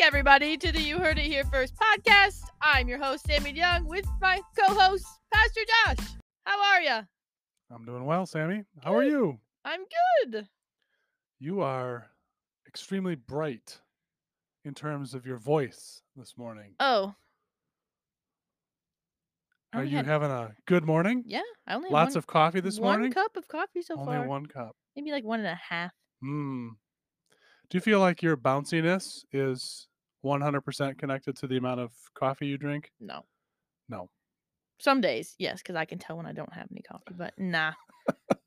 everybody, to the You Heard It Here First podcast. I'm your host, Sammy Young, with my co host, Pastor Josh. How are you? I'm doing well, Sammy. How are Good. you? I'm good. You are extremely bright in terms of your voice this morning. Oh. I Are only you Oh, had- having a good morning? yeah, I only had Lots one, of coffee this one morning? cup of coffee so Only far. one cup. Maybe like one and a half. Hmm. Do you feel like your bounciness is 100% connected to the amount of coffee you drink? No. No. Some days, yes, because I can tell when I don't have any coffee, but nah,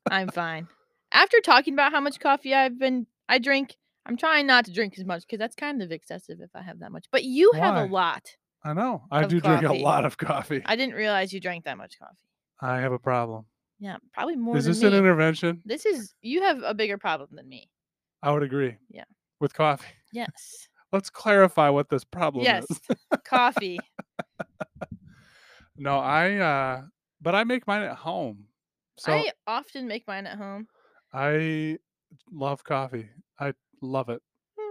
I'm fine. After talking about how much coffee I've been, I drink, I'm trying not to drink as much because that's kind of excessive if I have that much. But you have a Why? lot. I know. I Of do drink coffee. a lot of coffee. I, I didn't realize you drank that much coffee. have a problem. Yeah, probably more is than this me. an intervention? this is you have a bigger problem than me. I would agree. Yeah. With coffee. Yes. Let's clarify what this problem yes. is. Coffee. No, I uh but I make mine at home. So I often make mine at home. I love coffee. I love it. Do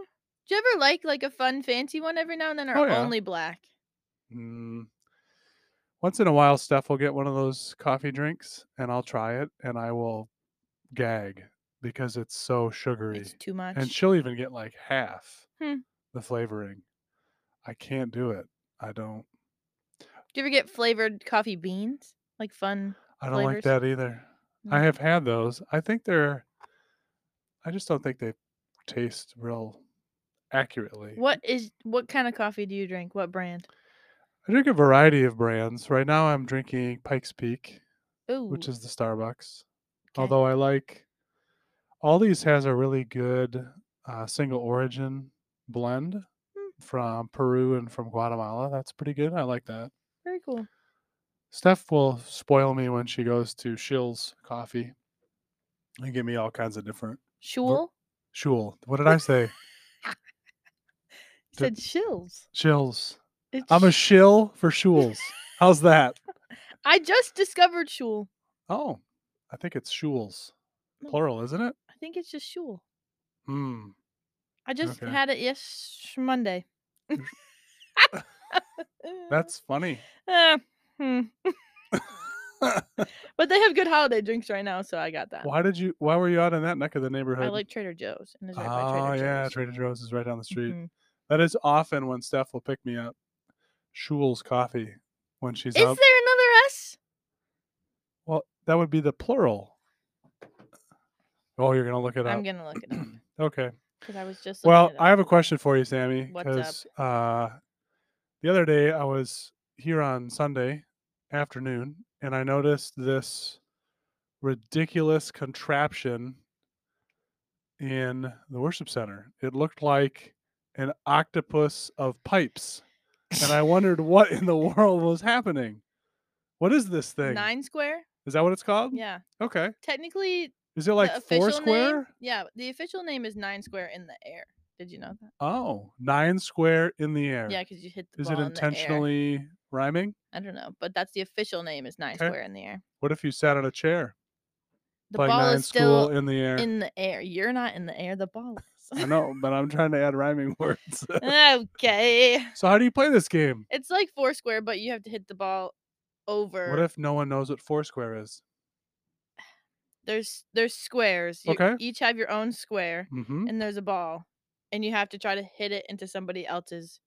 you ever like like a fun fancy one every now and then or Oh, yeah. only black? Mm. Once in a while, Steph will get one of those coffee drinks and I'll try it and I will gag because it's so sugary. It's too much. and she'll even get like half Hmm. the flavoring. I can't do it. I don't Do you ever get flavored coffee beans? Like fun I don't Flavors? like that either. I Mm. have had those. I think they're I just don't think they taste real accurately. What is what kind of coffee do you drink? What brand? I drink a variety of brands. Right now, I'm drinking Pike's Peak, Ooh. which is the Starbucks. okay. Although I like, Aldi's has a really good uh, single origin blend Hmm. from Peru and from Guatemala. That's pretty good. I like that. very cool. Steph will spoil me when she goes to Shill's Coffee and give me all kinds of different. Shul Shul. What did I say? said shills. Shills. It's I'm a sh- shill for Shuls. How's that? I just discovered shul. Oh, I think it's Shuls. No. Plural, isn't it? I think it's just shul. Hmm. I just Okay. had it yes Monday. That's funny. Uh, hmm. But they have good holiday drinks right now, so I got that. why did you? Why were you out in that neck of the neighborhood? I like Trader Joe's, and it's right by oh Trader yeah, Joe's. Trader Joe's is right down the street. Mhm. That is often when Steph will pick me up. Shul's coffee when Is she's there out. another S? well, that would be the plural. Oh, you're gonna look it up. I'm gonna look it up okay. because I was just. looking Well, it up. I have a question for you, Sammy. What's up? 'cause, Uh, the other day I was here on Sunday afternoon, and I noticed this ridiculous contraption in the worship center. It looked like an octopus of pipes, and I wondered what in the world was happening. What is this thing? nine square. Is that what it's called? Yeah, Okay. technically Is it like the official four name. square? Yeah, the official name is nine square in the air. Did you know that? Oh, nine square in the air. Yeah, because you hit the Is ball it in the air. intentionally rhyming? I don't know, but that's the official name is nine Okay. square in the air. What if you sat on a chair The playing ball nine is still school in the air? in the air. You're not in the air. The ball I is. know, but I'm trying to add rhyming words. okay, so how do you play this game? it's like four square, but you have to hit the ball over. What if no one knows what foursquare is? there's there's squares. You Okay. each have your own square, Mm-hmm. and there's a ball, and you have to try to hit it into somebody else's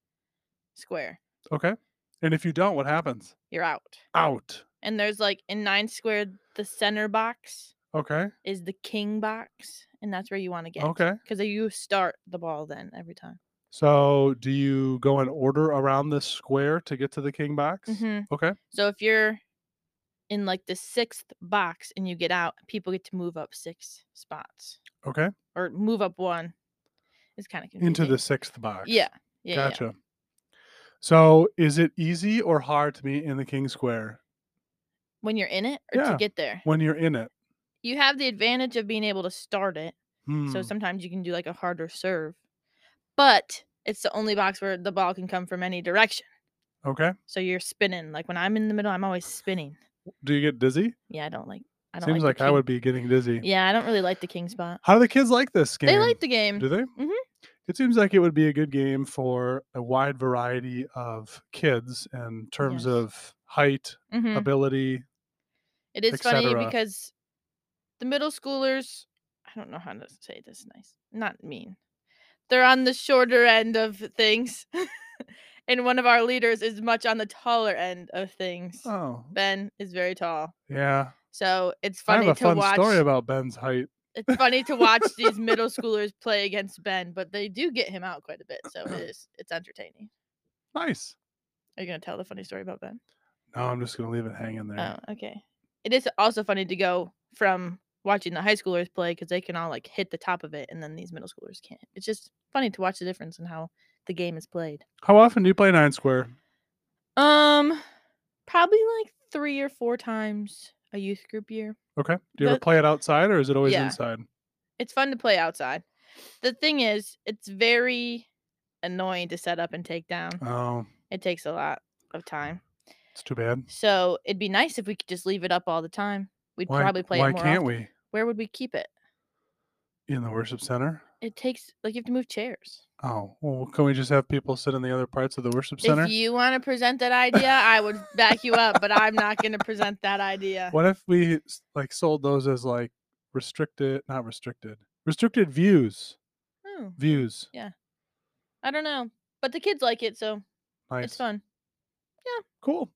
square. Okay. And if you don't, what happens? You're out. Out. And there's like in nine squared, the center box Okay. is the king box, and that's where you want to get. Okay. Because you start the ball then every time. So do you go in order around this square to get to the king box? Mhm. Okay. So if you're in like the sixth box and you get out, people get to move up six spots Okay. or move up one. It's kind of Into the sixth box. Yeah. Yeah. yeah, yeah. Gotcha. So is it easy or hard to be in the king square When you're in it or to Yeah. get there. when you're in it? you have the advantage of being able to start it. So Hmm. sometimes you can do like a harder serve, but it's the only box where the ball can come from any direction. okay. So you're spinning. Like when I'm in the middle, I'm always spinning. Do you get dizzy? Yeah, I don't like. I don't Seems the like, I king- would be getting dizzy. Yeah, I don't really like the king spot. How do the kids like this game? They like the game. Do they? Mhm. Do it seems like it would be a good game for a wide variety of kids in terms Yes. of height, Mhm. ability. It is funny etc.. because the middle schoolers, I don't know how to say this nice, not mean. They're on the shorter end of things. and one of our leaders is much on the taller end of things. Oh, Ben is very tall. yeah. So it's I funny have a to fun watch story about Ben's height. it's funny to watch these middle schoolers play against Ben, but they do get him out quite a bit. So it is it's entertaining. Nice. Are you gonna tell the funny story about Ben? No, I'm just gonna leave it hanging there. Oh, okay. It is also funny to go from watching the high schoolers play because they can all like hit the top of it, and then these middle schoolers can't. It's just funny to watch the difference in how the game is played. How often do you play nine square? Um, probably like three or four times a youth group year. Okay. Do you ever The- play it outside or is it always Yeah. inside? It's fun to play outside. The thing is, it's very annoying to set up and take down. Oh, It takes a lot of time. it's too bad. So it'd be nice if we could just leave it up all the time. We'd Why, probably play why it more. can't often. we? Where would we keep it? In the worship center? It takes like you have to move chairs. Oh, well, can we just have people sit in the other parts of the worship center? If you want to present that idea, I would back you up, but I'm not going to present that idea. What if we s- like sold those as like restricted, not restricted, restricted views, Oh, views? I don't know, but the kids like it, so Nice, it's fun. cool.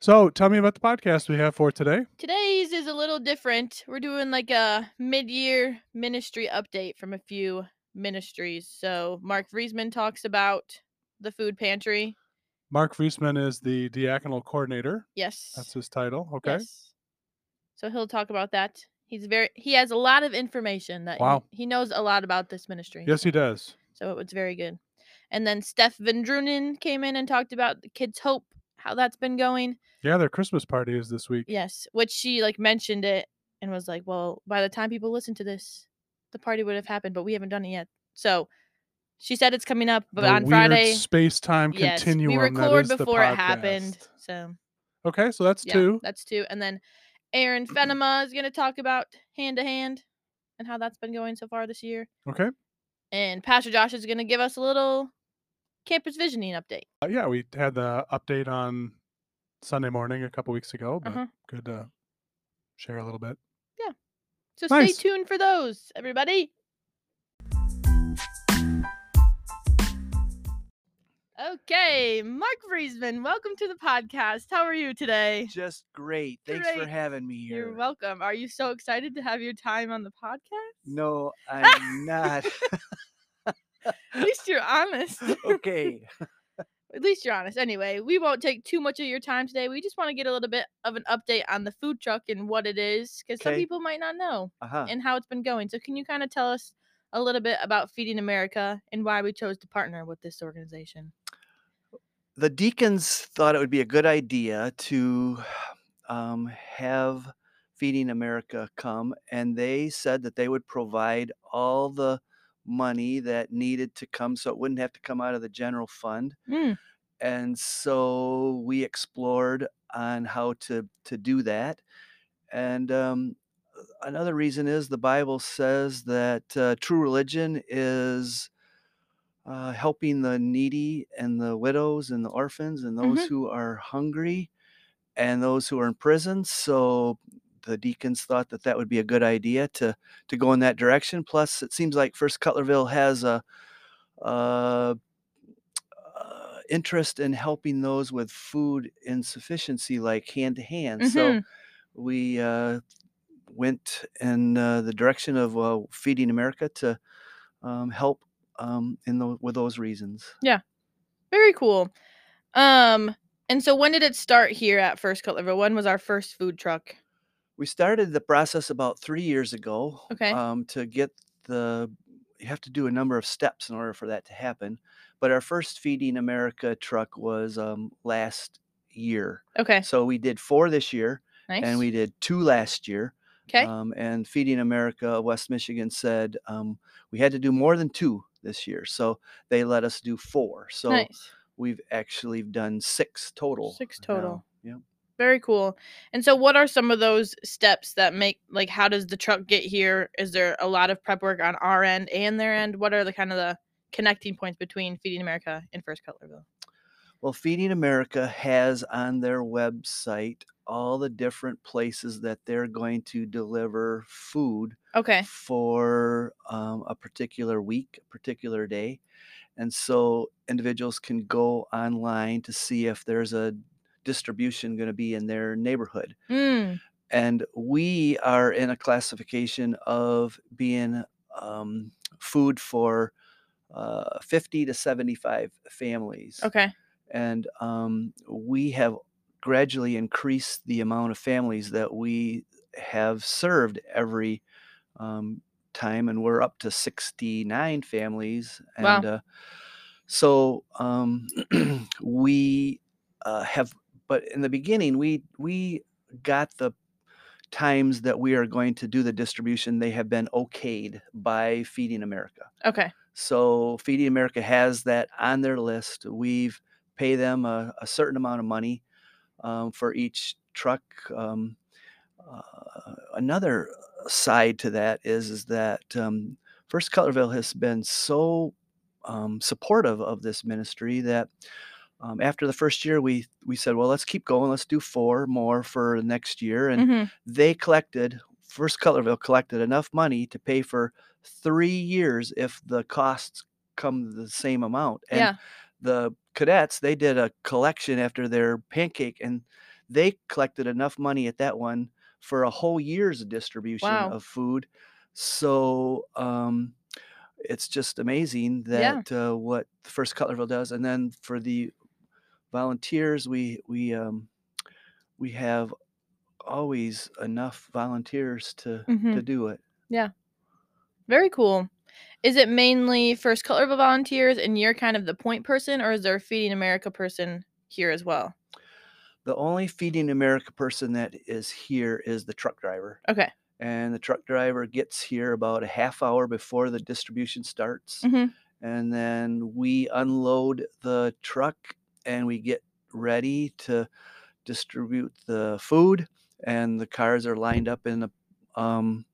So, tell me about the podcast we have for today. Today's is a little different. We're doing like a mid-year ministry update from a few ministries. So Mark Vriesman talks about the food pantry. Mark Friesman is the diaconal coordinator. Yes. That's his title. Okay. Yes. So he'll talk about that. He's very he has a lot of information that he- Wow. he, knows a lot about this ministry. Yes, he does. So it was very good. And then Steph Vendrunen came in and talked about the kids' hope, how that's been going. Yeah, their Christmas party is this week. Yes, which she like mentioned it and was like, "Well, by the time people listen to this, the party would have happened, but we haven't done it yet." So she said it's coming up, but The on weird Friday, space-time yes, continuum. we that record is the before it happened. podcast. So Okay, so that's yeah, two. that's two, and then Aaron Fenema is going to talk about hand to hand and how that's been going so far this year. Okay. And Pastor Josh is going to give us a little campus visioning update. Uh, yeah, we had the update on Sunday morning a couple weeks ago, but Uh-huh. good to share a little bit. So Nice. stay tuned for those, everybody. Okay, Mark Friesman, welcome to the podcast. How are you today? Just great. Thanks for Great. having me here. You're welcome. Are you so excited to have your time on the podcast? No, I'm not. At least you're honest. okay. At least you're honest. Anyway, we won't take too much of your time today. We just want to get a little bit of an update on the food truck and what it is, because some Okay. people might not know Uh-huh. and how it's been going. So, can you kind of tell us a little bit about Feeding America and why we chose to partner with this organization? the deacons thought it would be a good idea to um, have Feeding America come, and they said that they would provide all the money that needed to come so it wouldn't have to come out of the general fund. Mm, and so we explored on how to to do that and um, another reason is the bible says that uh, true religion is uh, helping the needy and the widows and the orphans and those Mhm. who are hungry and those who are in prison so the deacons thought that that would be a good idea to to go in that direction plus it seems like first cutlerville has a uh, uh, interest in helping those with food insufficiency, like hand to hand. So mhm. we uh, went in uh, the direction of uh, Feeding America to um, help um, in tho- with those reasons. very cool. Um, and so when did it start here at First Cutlerville? When was our first food truck? We started the process about three years ago. Okay. Um, to get the you have to do a number of steps in order for that to happen. But our first Feeding America truck was um, last year. Okay, So we did four this year. nice. and we did two last year. okay, Um, and Feeding America of West Michigan said um, we had to do more than two this year, so they let us do four. So nice. we've actually done six total. Six now. total. Yeah. Very cool. And so, what are some of those steps that make like how does the truck get here? Is there a lot of prep work on our end and their end? What are the kind of the connecting points between Feeding America and First Cutlerville? Well, Feeding America has on their website all the different places that they're going to deliver food Okay. for um, a particular week, a particular day. And so individuals can go online to see if there's a distribution going to be in their neighborhood. Mm, And we are in a classification of being um, food for uh, 50 to 75 families okay. and um, we have gradually increased the amount of families that we have served every um, time, and we're up to 69 families. And Wow. uh, so um, we uh, have, but in the beginning, we we got the times that we are going to do the distribution. They have been okayed by Feeding America. Okay. So Feeding America has that on their list. We've pay them a, a certain amount of money um, for each truck. Um, uh, another side to that is is that um, First Cutlerville has been so um, supportive of this ministry that um, after the first year we we said, well, let's keep going. Let's do four more for next year, and hmm they collected first cutlerville collected enough money to pay for three years if the costs come the same amount and Yeah. the cadets they did a collection after their pancake and they collected enough money at that one for a whole year's distribution Wow. of food so um it's just amazing Yeah. that uh, what first cutlerville does and then for the volunteers we we um we have always enough volunteers to hmm to do it Very cool. Is it mainly First Cutlerville volunteers and you're kind of the point person, or is there a Feeding America person here as well? the only feeding america person that is here is the truck driver Okay. and the truck driver gets here about a half hour before the distribution starts Mhm. and then we unload the truck and we get ready to distribute the food and the cars are lined up in the um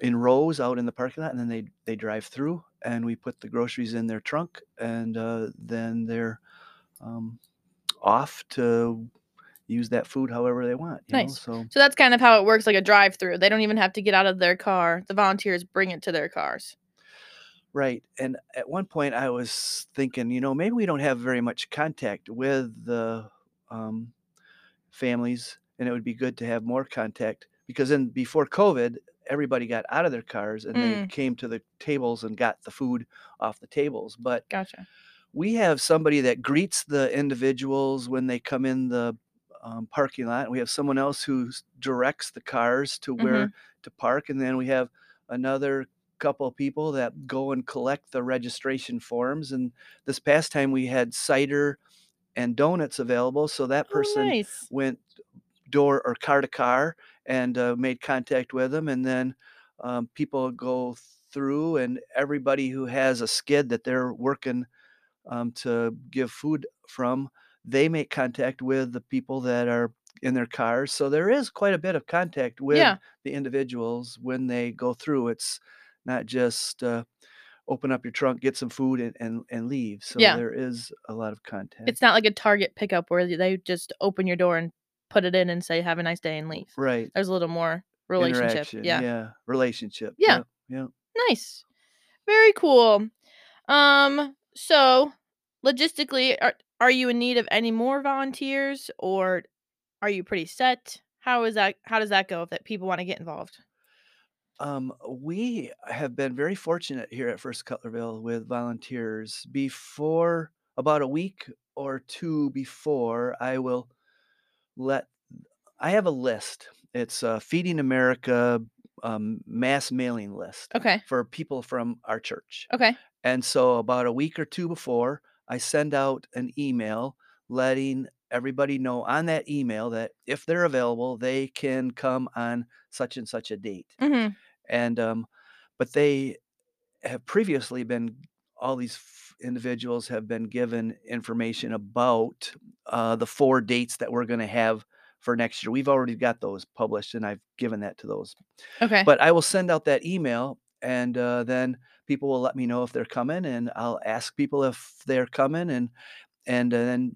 in rows out in the parking lot and then they they drive through and we put the groceries in their trunk and uh, then they're um, off to use that food however they want you know? Nice. so So that's kind of how it works like a drive through. They don't even have to get out of their car. The volunteers bring it to their cars. Right. And at one point, I was thinking, you know, maybe we don't have very much contact with the um, families, and it would be good to have more contact because then before COVID, everybody got out of their cars and they Mm. came to the tables and got the food off the tables. But Gotcha. we have somebody that greets the individuals when they come in the um, parking lot. We have someone else who s- directs the cars to where to park, and then we have another couple of people that go and collect the registration forms. And this past time, we had cider and donuts available, so that person oh, nice. went door or car to car and uh, made contact with them. And then um, people go through, and everybody who has a skid that they're working um, to give food from, they make contact with the people that are in their cars. So there is quite a bit of contact with Yeah. the individuals when they go through. It's not just uh, open up your trunk, get some food, and, and, and leave. So Yeah. there is a lot of contact. It's not like a Target pickup where they just open your door and put it in and say, have a nice day and leave. right. There's a little more relationship. Interaction, Yeah. Relationship. Yeah. Yep, yep. Nice. Very cool. Um, so logistically, are are you in need of any more volunteers or are you pretty set? How is that how does that go if that people want to get involved? Um, we have been very fortunate here at First Cutlerville with volunteers. Before about a week or two before, I will let I have a list. It's a Feeding America um, mass mailing list Okay. for people from our church. Okay. And so, about a week or two before, I send out an email letting everybody know on that email that if they're available, they can come on such and such a date. Mhm. And, um, but they have previously been, all these f- individuals have been given information about uh, the four dates that we're going to have for next year. We've already got those published and I've given that to those Okay. but I will send out that email and uh, then people will let me know if they're coming, and I'll ask people if they're coming, and and then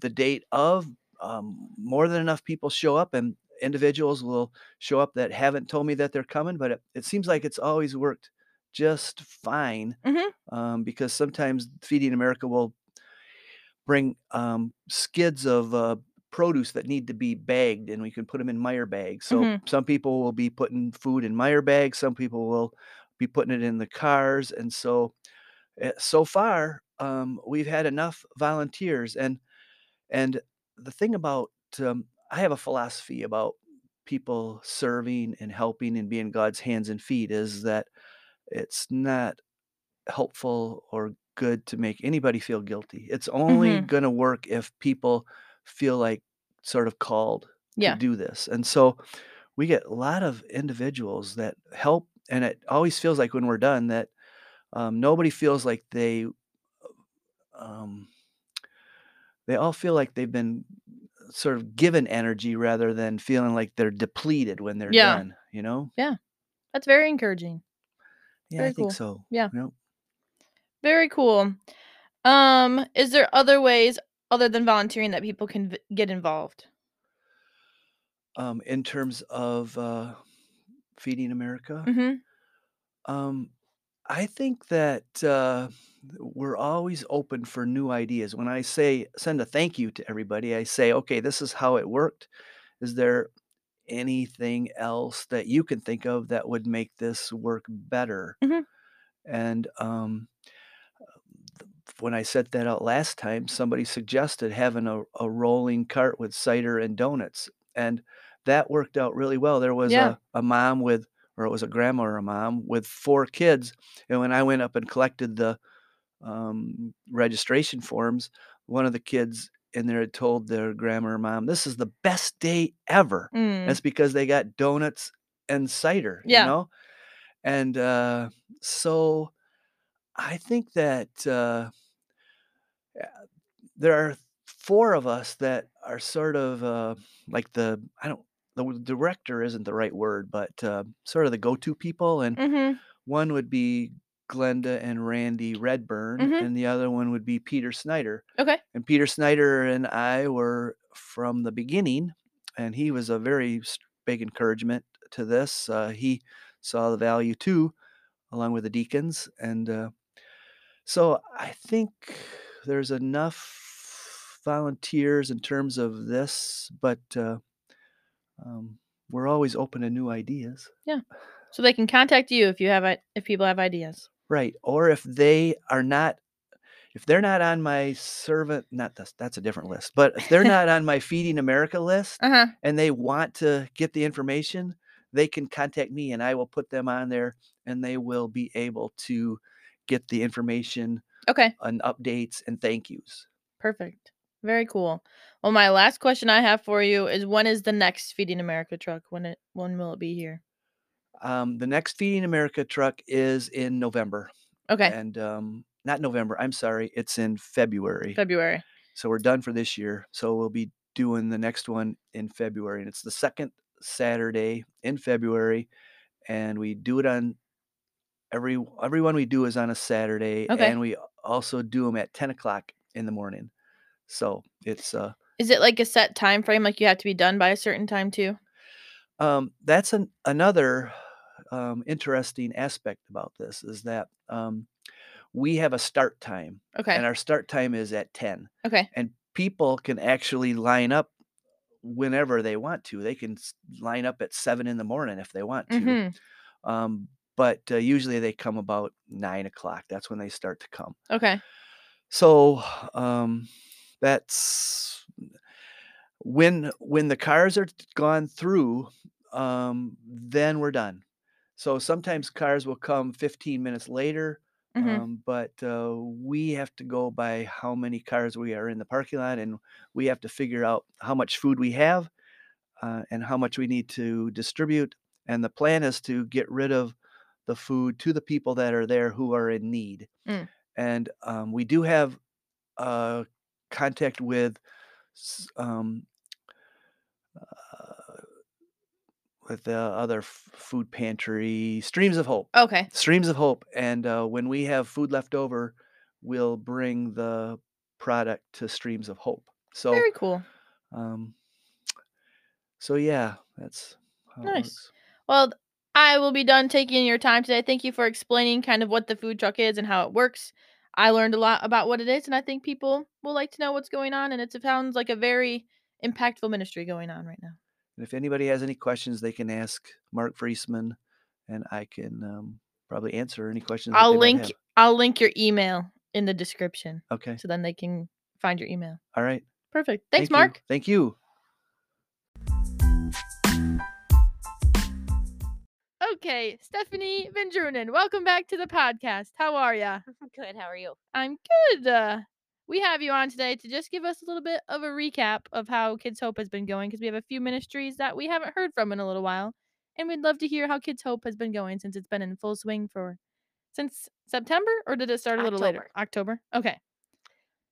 the date of um, more than enough people show up, and individuals will show up that haven't told me that they're coming, but it, it seems like it's always worked just fine Mhm. um, because sometimes Feeding America will bring um, skids of uh, produce that need to be bagged and we can put them in Meyer bags. So Mhm. some people will be putting food in Meyer bags, some people will be putting it in the cars. And so, uh, so far, um, we've had enough volunteers. And and the thing about um, I have a philosophy about people serving and helping and being God's hands and feet is that it's not helpful or good to make anybody feel guilty. It's only Mhm. going to work if people feel like sort of called Yeah. to do this. And so we get a lot of individuals that help, and it always feels like when we're done that um, nobody feels like they. Um, they all feel like they've been sort of given energy rather than feeling like they're depleted when they're Yeah. done, you know? That's very encouraging. Yeah, Very I think cool. so. Yeah. Yep. Very cool. Um, is there other ways other than volunteering that people can v- get involved? Um, in terms of uh, feeding America, hmm Um, I think that uh, we're always open for new ideas. When I say send a thank you to everybody, I say, okay, this is how it worked. Is there anything else that you can think of that would make this work better? Mhm. And um, th- when I said that out last time, somebody suggested having a, a rolling cart with cider and donuts. And that worked out really well. There was Yeah. a, a mom with, or it was a grandma or a mom with four kids. And when I went up and collected the um, registration forms, one of the kids in there had told their grandma or mom, This is the best day ever. Mm. That's because they got donuts and cider, you Yeah. know? And uh, so I think that. Uh, eh, there are four of us that are sort of uh, like the I don't the w- director isn't the right word, but uh, sort of the go-to people, and Mm-hmm. one would be Glenda and Randy Redburn, Mhm. and the other one would be Peter Snyder. Okay. And Peter Snyder and I were from the beginning, and he was a very s- big encouragement to this. Uh, he saw the value too, along with the deacons, and uh, so I think there's enough volunteers in terms of this, but uh, um, we're always open to new ideas, So they can contact you if you have i- if people have ideas. right? Or if they are not, if they're not on my servant, not this, that's a different list, but if they're not on my Feeding America list Uh huh. and they want to get the information, they can contact me and I will put them on there and they will be able to get the information Okay. and updates and thank yous. Perfect. Very cool. Well, my last question I have for you is: When is the next Feeding America truck? When it when will it be here? Um, the next Feeding America truck is in November, Okay, and um, not November. I'm sorry, it's in February. February. So we're done for this year. So we'll be doing the next one in February, and it's the second Saturday in February, and we do it on every every one we do is on a Saturday, Okay. and we also do them at 10 o'clock in the morning. So it's uh, Is it like a set time frame? Like you have to be done by a certain time too? um, that's an, another um, interesting aspect about this is that um, we have a start time Okay. and our start time is at 10 Okay. and people can actually line up whenever they want to they can s- line up at 7 in the morning if they want to Mm-hmm. um, but uh, usually they come about 9 o'clock that's when they start to come Okay. so um, that's when when the cars are t- gone through um, then we're done so sometimes cars will come 15 minutes later Mm-hmm. um, but uh, we have to go by how many cars we are in the parking lot and we have to figure out how much food we have uh, and how much we need to distribute and the plan is to get rid of the food to the people that are there who are in need Mm. and um, we do have uh, contact with s- um, uh, with the other f- food pantry, Streams of Hope. Okay. Streams of Hope. And uh, when we have food left over, we'll bring the product to Streams of Hope. So, Very cool. um, so yeah, that's how Nice. It works. Well, th- I will be done taking your time today. Thank you for explaining kind of what the food truck is and how it works. I learned a lot about what it is, and I think people will like to know what's going on. And it's- it sounds like a very impactful ministry going on right now. And if anybody has any questions, they can ask Mark Friesman, and I can um, probably answer any questions. that I'll they might link have. I'll link your email in the description Okay. so then they can find your email. All right. Perfect. Thanks, Thank you. Mark. Thank you. Okay, Stephanie Vendrunen, welcome back to the podcast. How are ya? Good. How are you? I'm good. Uh, we have you on today to just give us a little bit of a recap of how Kids Hope has been going because we have a few ministries that we haven't heard from in a little while, and we'd love to hear how Kids Hope has been going since it's been in full swing for since September or did it start a little later? October. Okay.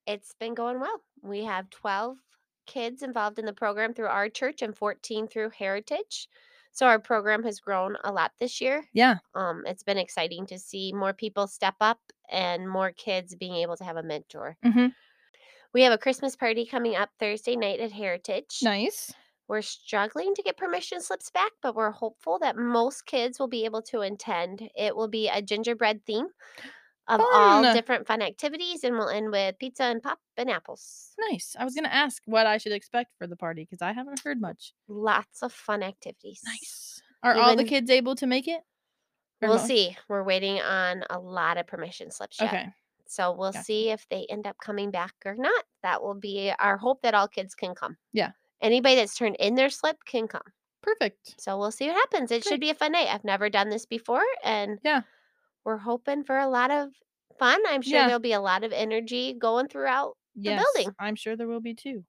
It's been going well. We have 12 kids involved in the program through our church and 14 through Heritage. So our program has grown a lot this year. Yeah. Um, it's been exciting to see more people step up and more kids being able to have a mentor. Mhm. We have a Christmas party coming up Thursday night at Heritage. Nice. We're struggling to get permission slips back, but we're hopeful that most kids will be able to attend. It will be a gingerbread theme of all Fun. different fun activities, and we'll end with pizza and pop and apples. Nice. I was going to ask what I should expect for the party because I haven't heard much. Lots of fun activities. Nice. Are all the Even- kids able to make it? Or We'll most? see. We're waiting on a lot of permission slips yet. Okay. So we'll Gotcha. see if they end up coming back or not. That will be our hope that all kids can come. Yeah. Anybody that's turned in their slip can come. Perfect. So we'll see what happens. It Great. should be a fun night. I've never done this before, and Yeah. we're hoping for a lot of fun. I'm sure Yeah. there'll be a lot of energy going throughout. Yes, building. I'm sure there will be too.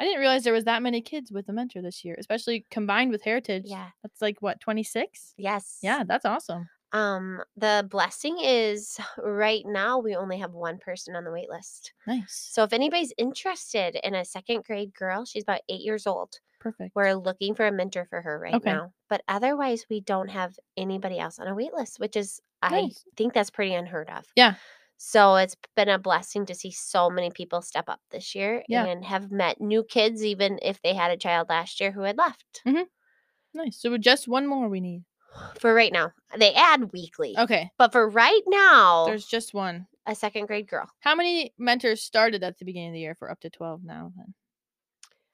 I didn't realize there was that many kids with a mentor this year, especially combined with Heritage. Yeah. That's like what, 26? Yes. Yeah, that's awesome. Um, the blessing is right now we only have one person on the wait list. Nice. So if anybody's interested in a second grade girl, she's about eight years old. Perfect. We're looking for a mentor for her right Okay. now. But otherwise, we don't have anybody else on a wait list, which is, Nice. I think that's pretty unheard of. Yeah. So it's been a blessing to see so many people step up this year Yeah. and have met new kids, even if they had a child last year who had left. Nice. So just one more we need. For right now, they add weekly. Okay. But for right Oh. now, There's just one. a second grade girl. How many mentors started at the beginning of the year for up to 12 now then?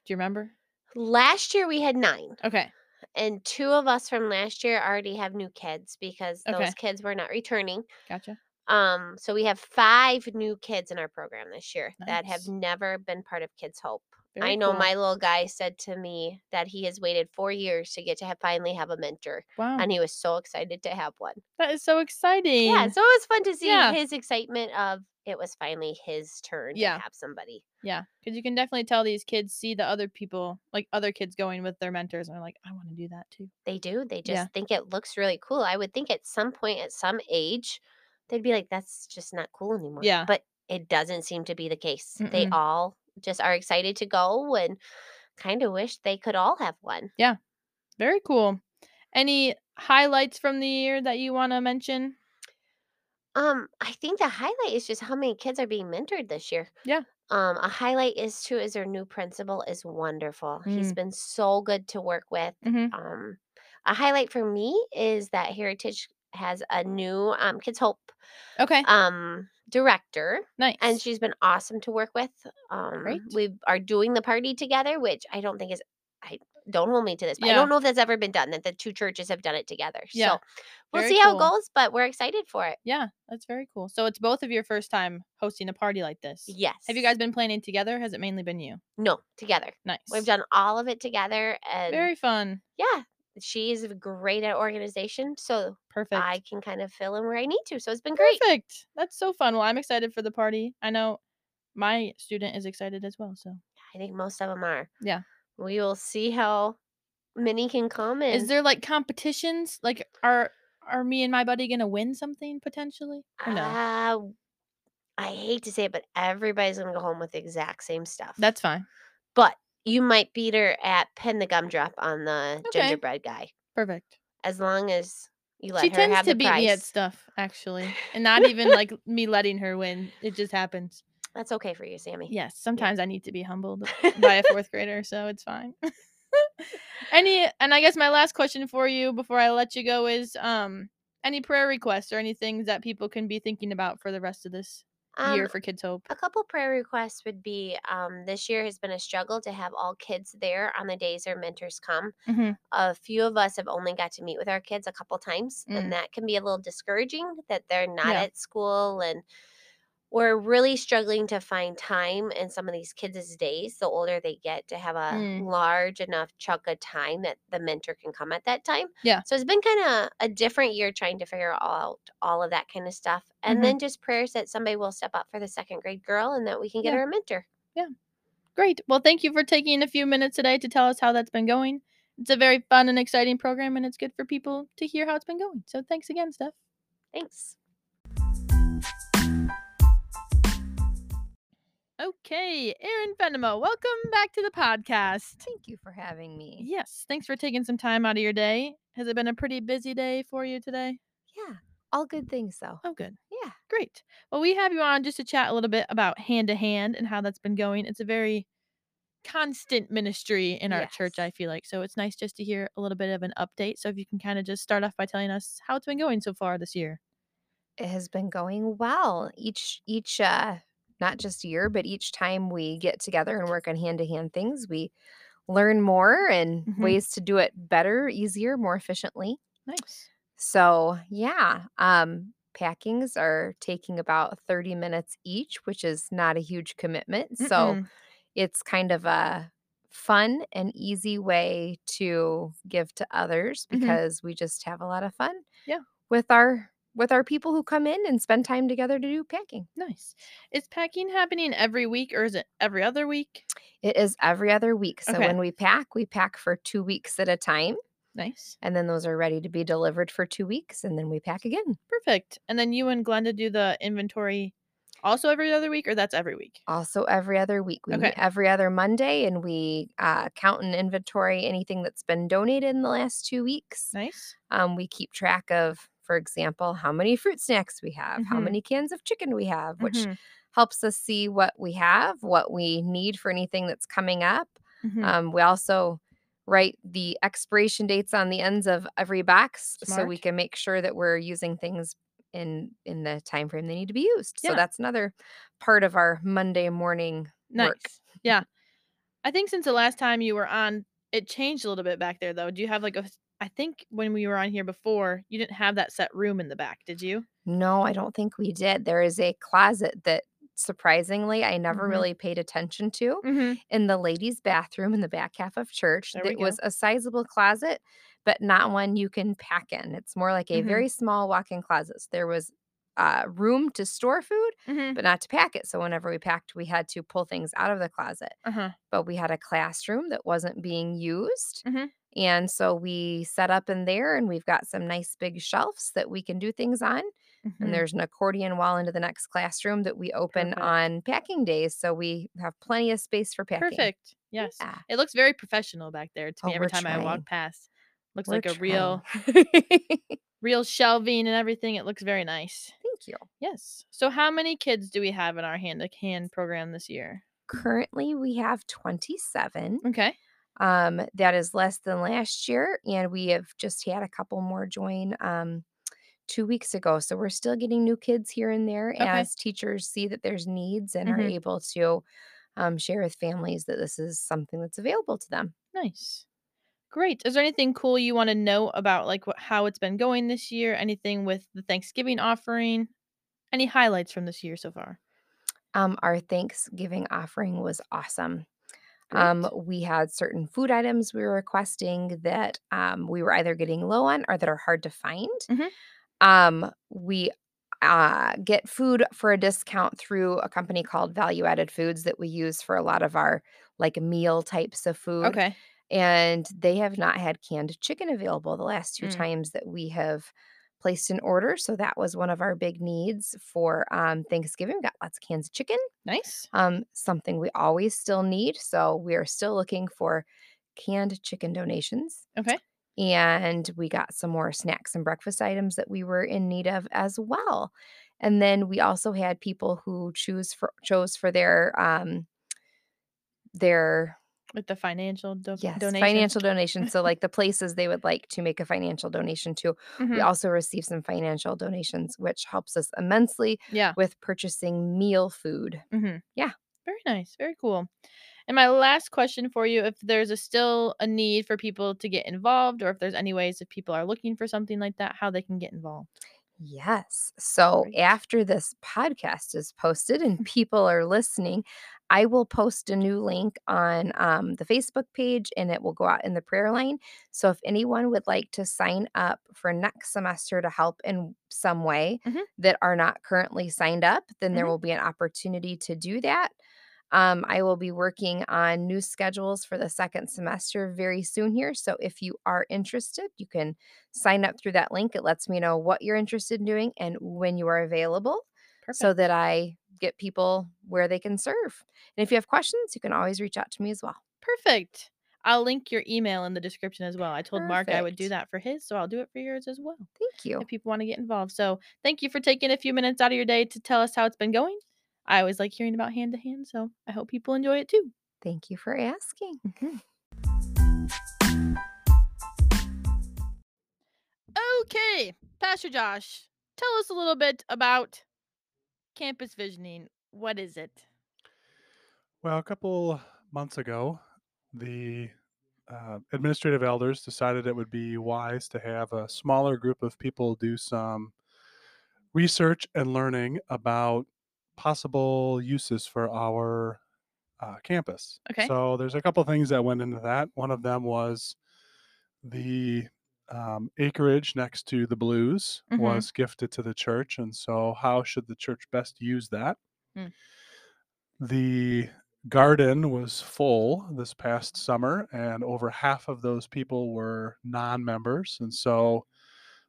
Do you remember? Last year we had nine, Okay. and two of us from last year already have new kids because Okay. those kids were not returning. Gotcha. Um, so we have five new kids in our program this year that have Nice. never been part of Kids Hope. Very I know cool. my little guy said to me that he has waited four years to get to have, finally have a mentor, Wow. and he was so excited to have one. That is so exciting. Yeah, so it was fun to see Yeah. his excitement of it was finally his turn Yeah. to have somebody. Yeah, because you can definitely tell these kids see the other people, like other kids going with their mentors, and they're like, I want to do that too. They do. They just Yeah. think it looks really cool. I would think at some point, at some age, they'd be like, "That's just not cool anymore." Yeah. but it doesn't seem to be the case. They Mm-mm. all just are excited to go and kind of wish they could all have one. Very cool. Any highlights from the year that you want to mention? Um, I think the highlight is just how many kids are being mentored this year. Yeah. Um, a highlight is too is our new principal is wonderful. Mm. He's been so good to work with. Mhm. Um, a highlight for me is that Heritage has a new um, Kids Hope Okay, um director nice. and she's been awesome to work with um Great. we are doing the party together which i don't think is i don't hold me to this but Yeah. i don't know if that's ever been done that the two churches have done it together Yeah. so we'll Very see how cool. it goes but we're excited for it yeah, that's very cool. So it's both of your first time hosting a party like this. yes Have you guys been planning together? Has it mainly been you? no together Nice. we've done all of it together and very fun. yeah she is great at organization so Perfect. i can kind of fill in where i need to so it's been great Perfect. That's so fun. Well, I'm excited for the party. I know my student is excited as well. So i think most of them are Yeah. we will see how many can come and Is there like competitions? Like are are me and my buddy gonna win something potentially? Or no? Uh, I hate to say it, but everybody's gonna go home with the exact same stuff. That's fine. but you might beat her at pin the gumdrop on the Okay. gingerbread guy Perfect. as long as you let She her tends have to the beat prize. me at stuff, actually, and not even like me letting her win. It just happens. That's okay for you, Sammy. Yes, sometimes I need to be humbled by a fourth grader, so it's fine. any and I guess my last question for you before I let you go is um any prayer requests or anything that people can be thinking about for the rest of this Um, year for Kids Hope? a couple prayer requests would be um, this year has been a struggle to have all kids there on the days their mentors come. Mhm. A few of us have only got to meet with our kids a couple times, Mm. and that can be a little discouraging that they're not Yeah. at school and we're really struggling to find time in some of these kids' days the older they get to have a Mm. large enough chunk of time that the mentor can come at that time Yeah. so it's been kind of a different year trying to figure out all of that kind of stuff and Mm-hmm. Mhm. then just prayers that somebody will step up for the second grade girl and that we can get Yeah. her a mentor Great. Well, thank you for taking a few minutes today to tell us how that's been going. It's a very fun and exciting program, and it's good for people to hear how it's been going. So thanks again, Steph. thanks Okay, Erin Venema, welcome back to the podcast. Thank you for having me. Yes, thanks for taking some time out of your day. Has it been a pretty busy day for you today? Yeah. All good things, though. Oh, good. Yeah. Great. Well, we have you on just to chat a little bit about hand to hand and how that's been going. It's a very constant ministry in our church, Yes. I feel like. So it's nice just to hear a little bit of an update. So if you can kind of just start off by telling us how it's been going so far this year. It has been going well. Each, each, uh, not just year, but each time we get together and work on hand to hand things, we learn more and Mhm. ways to do it better, easier, more efficiently. Nice. So, yeah, um, packings are taking about 30 minutes each, which is not a huge commitment. So, Mm-mm. it's kind of a fun and easy way to give to others Mhm. because we just have a lot of fun Yeah. with our with our people who come in and spend time together to do packing nice. Is packing happening every week or is it every other week? it is every other week so Okay. when we pack we pack for two weeks at a time Nice. and then those are ready to be delivered for two weeks and then we pack again Perfect. And then you and Glenda do the inventory also every other week, or that's every week? also every other week we Okay. meet every other monday and we uh, count and inventory anything that's been donated in the last two weeks Nice. Um, we keep track of, for example, how many fruit snacks we have, how Mhm. many cans of chicken we have, which Mhm, helps us see what we have, what we need for anything that's coming up. mhm. Um, we also write the expiration dates on the ends of every box so we Smart. can make sure that we're using things in in the time frame they need to be used. Yeah. So that's another part of our Monday morning nice. work. Yeah. I think since the last time you were on, it changed a little bit back there, though. Do you have like a? s- I think when we were on here before, you didn't have that set room in the back, did you? No, I don't think we did. There is a closet that surprisingly I never Mhm. really paid attention to. Mm-hmm. in the ladies' bathroom in the back half of church. There we It was a sizable closet, but not one you can pack in. It's more like a Mhm. very small walk in closet. So there was uh, room to store food, mm-hmm. but not to pack it. So whenever we packed, we had to pull things out of the closet. Uh huh. But we had a classroom that wasn't being used. Mhm. And so we set up in there, and we've got some nice big shelves that we can do things on and there's an accordion wall into the next classroom that we open Mm-hmm. Perfect. on packing days so we have plenty of space for packing Perfect. Yes. Yeah. It looks very professional back there to Oh, me every we're time I walk trying. past. Looks We're like a real, trying. real shelving and everything. It looks very nice. thank you Yes. So, how many kids do we have in our hand to hand program this year? currently we have 27 Okay. um that is less than last year and we have just had a couple more join um two weeks ago so we're still getting new kids here and there Okay. as teachers see that there's needs and are Mhm. able to um, share with families that this is something that's available to them Nice. Great. Is there anything cool you want to know about, like what, how it's been going this year? Anything with the Thanksgiving offering? Any highlights from this year so far? Um, our Thanksgiving offering was awesome. Great. Um, we had certain food items we were requesting that um, we were either getting low on or that are hard to find. Mhm. Um, we uh, get food for a discount through a company called Value Added Foods that we use for a lot of our like meal types of food. Okay. And they have not had canned chicken available the last two Mm. times that we have placed an order. So that was one of our big needs for um, Thanksgiving. We got lots of cans of chicken, Nice. um, something we always still need. So we are still looking for canned chicken donations. Okay. And we got some more snacks and breakfast items that we were in need of as well. And then we also had people who choose for chose for their um, their With the financial do- yes donation. financial donations. So like the places they would like to make a financial donation to. We Mhm. also receive some financial donations, which helps us immensely Yeah. with purchasing meal food. Mm-hmm. Yeah. Very nice. Very cool. And my last question for you if there's a still a need for people to get involved, or if there's any ways if people are looking for something like that, how they can get involved. Yes. So Great. after this podcast is posted and people are listening, I will post a new link on um, the Facebook page and it will go out in the prayer line. So if anyone would like to sign up for next semester to help in some way Mhm. that are not currently signed up, then there Mhm. will be an opportunity to do that. Um, I will be working on new schedules for the second semester very soon here. So if you are interested, you can sign up through that link. It lets me know what you're interested in doing and when you are available Perfect. so that I get people where they can serve. And if you have questions, you can always reach out to me as well. Perfect. I'll link your email in the description as well. I told Mark I would do that Perfect. for his, so I'll do it for yours as well Thank you. if people want to get involved. So thank you for taking a few minutes out of your day to tell us how it's been going. I always like hearing about hand to hand, so I hope people enjoy it too. Thank you for asking. Okay, Pastor Josh, tell us a little bit about campus visioning. What is it? Well, a couple months ago, the uh, administrative elders decided it would be wise to have a smaller group of people do some research and learning about possible uses for our uh, campus. Okay. So there's a couple things that went into that. One of them was the um, acreage next to the Blues Mhm. was gifted to the church, and so how should the church best use that? Mm. The garden was full this past summer, and over half of those people were non members. And so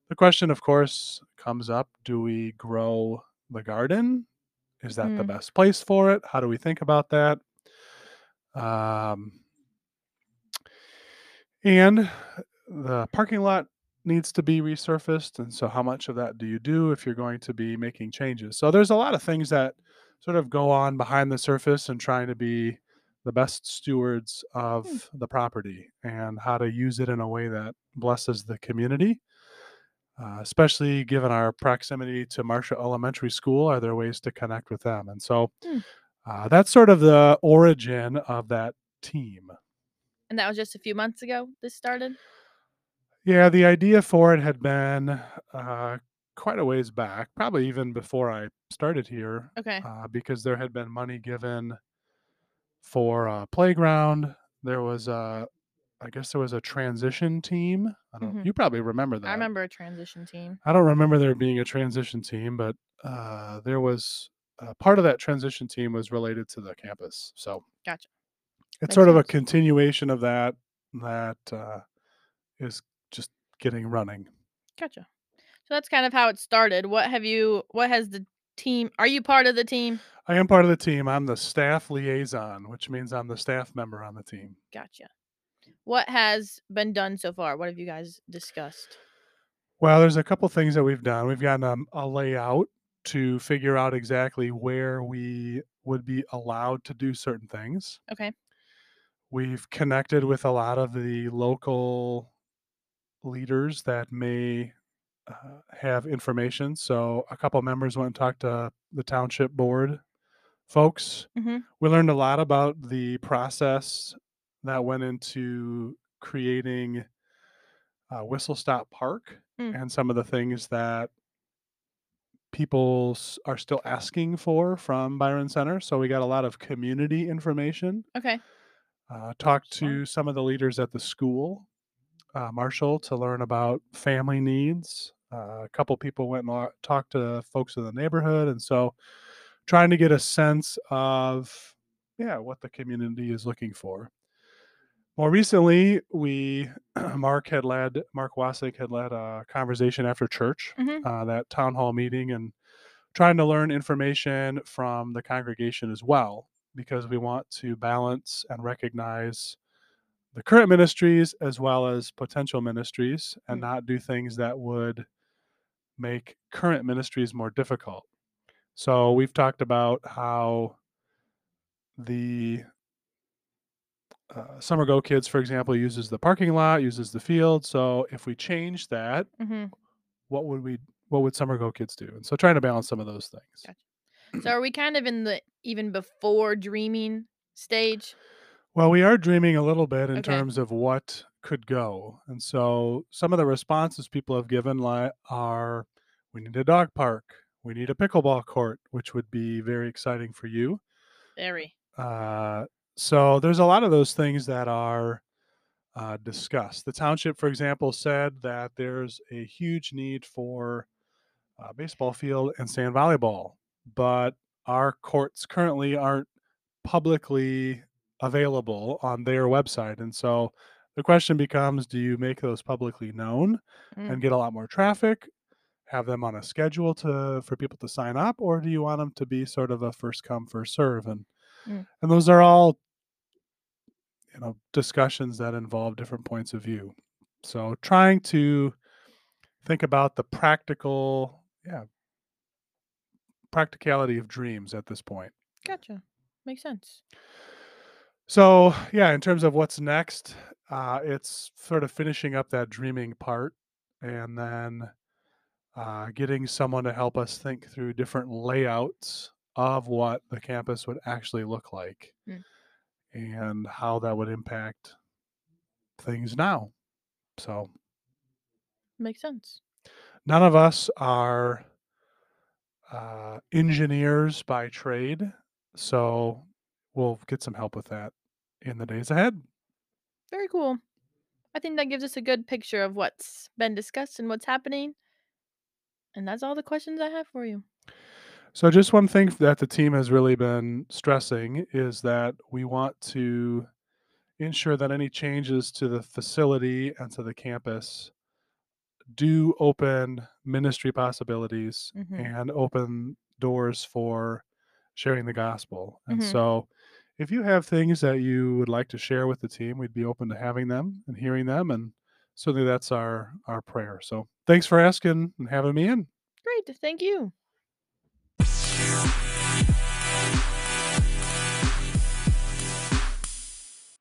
the question, of course, comes up do we grow the garden? Is that the Mm. best place for it? How do we think about that? Um, and the parking lot needs to be resurfaced. And so, how much of that do you do if you're going to be making changes? So, there's a lot of things that sort of go on behind the surface and trying to be the best stewards of the property and how to use it in a way that blesses the community. Uh, especially given our proximity to Marshall Elementary School, are there ways to connect with them? And so Hmm. uh, that's sort of the origin of that team. And that was just a few months ago this started. Yeah, the idea for it had been uh, quite a ways back, probably even before I started here, Okay. uh, because there had been money given for a playground. There was a, I guess there was a transition team. I don't. Mhm. You probably remember that. I remember a transition team. I don't remember there being a transition team, but uh, there was uh, part of that transition team was related to the campus. So Gotcha. It's Makes sort of a sense. continuation of that that uh, is just getting running. Gotcha. So that's kind of how it started. What have you what has the team are you part of the team? I am part of the team. I'm the staff liaison, which means I'm the staff member on the team. Gotcha. What has been done so far? What have you guys discussed? Well, there's a couple things that we've done. We've gotten um, a layout to figure out exactly where we would be allowed to do certain things. Okay. We've connected with a lot of the local leaders that may uh, have information. So a couple members went and talked to the township board folks. Mhm. We learned a lot about the process that went into creating uh, Whistle Stop Park Mm. and some of the things that people s- are still asking for from Byron Center. So we got a lot of community information Okay. uh, talked Sure. to some of the leaders at the school, uh, Marshall, to learn about family needs. Uh, a couple people went and lo- talked to folks in the neighborhood, and so trying to get a sense of yeah what the community is looking for. More recently, we Mark had led Mark Wasik had led a conversation after church, Mhm. uh, that town hall meeting, and trying to learn information from the congregation as well, because we want to balance and recognize the current ministries as well as potential ministries, and Mm. not do things that would make current ministries more difficult. So we've talked about how the uh, Summer Go Kids, for example, uses the parking lot, uses the field. So if we change that, Mm-hmm. what would we? What would Summer Go Kids do? And so trying to balance some of those things. Gotcha. So are we kind of in the even before dreaming stage? Well, we are dreaming a little bit in Okay. terms of what could go. And so some of the responses people have given li- are we need a dog park, we need a pickleball court, which would be very exciting for you. Very. Uh, so there's a lot of those things that are uh, discussed. The township, for example, said that there's a huge need for uh, baseball field and sand volleyball, but our courts currently aren't publicly available on their website. And so the question becomes do you make those publicly known Mm. and get a lot more traffic? Have them on a schedule to for people to sign up, or do you want them to be sort of a first come first serve? And Mm. and those are all you know discussions that involve different points of view. So trying to think about the practical yeah practicality of dreams at this point. Gotcha. Makes sense. So, yeah, in terms of what's next, uh, it's sort of finishing up that dreaming part and then uh, getting someone to help us think through different layouts of what the campus would actually look like Mm. and how that would impact things now. So, Makes sense. none of us are uh, engineers by trade. So, we'll get some help with that in the days ahead. Very cool. I think that gives us a good picture of what's been discussed and what's happening. And that's all the questions I have for you. So, just one thing that the team has really been stressing is that we want to ensure that any changes to the facility and to the campus do open ministry possibilities Mhm. and open doors for sharing the gospel. And Mhm. so, if you have things that you would like to share with the team, we'd be open to having them and hearing them. And certainly that's our, our prayer. So, thanks for asking and having me in. Great. Thank you.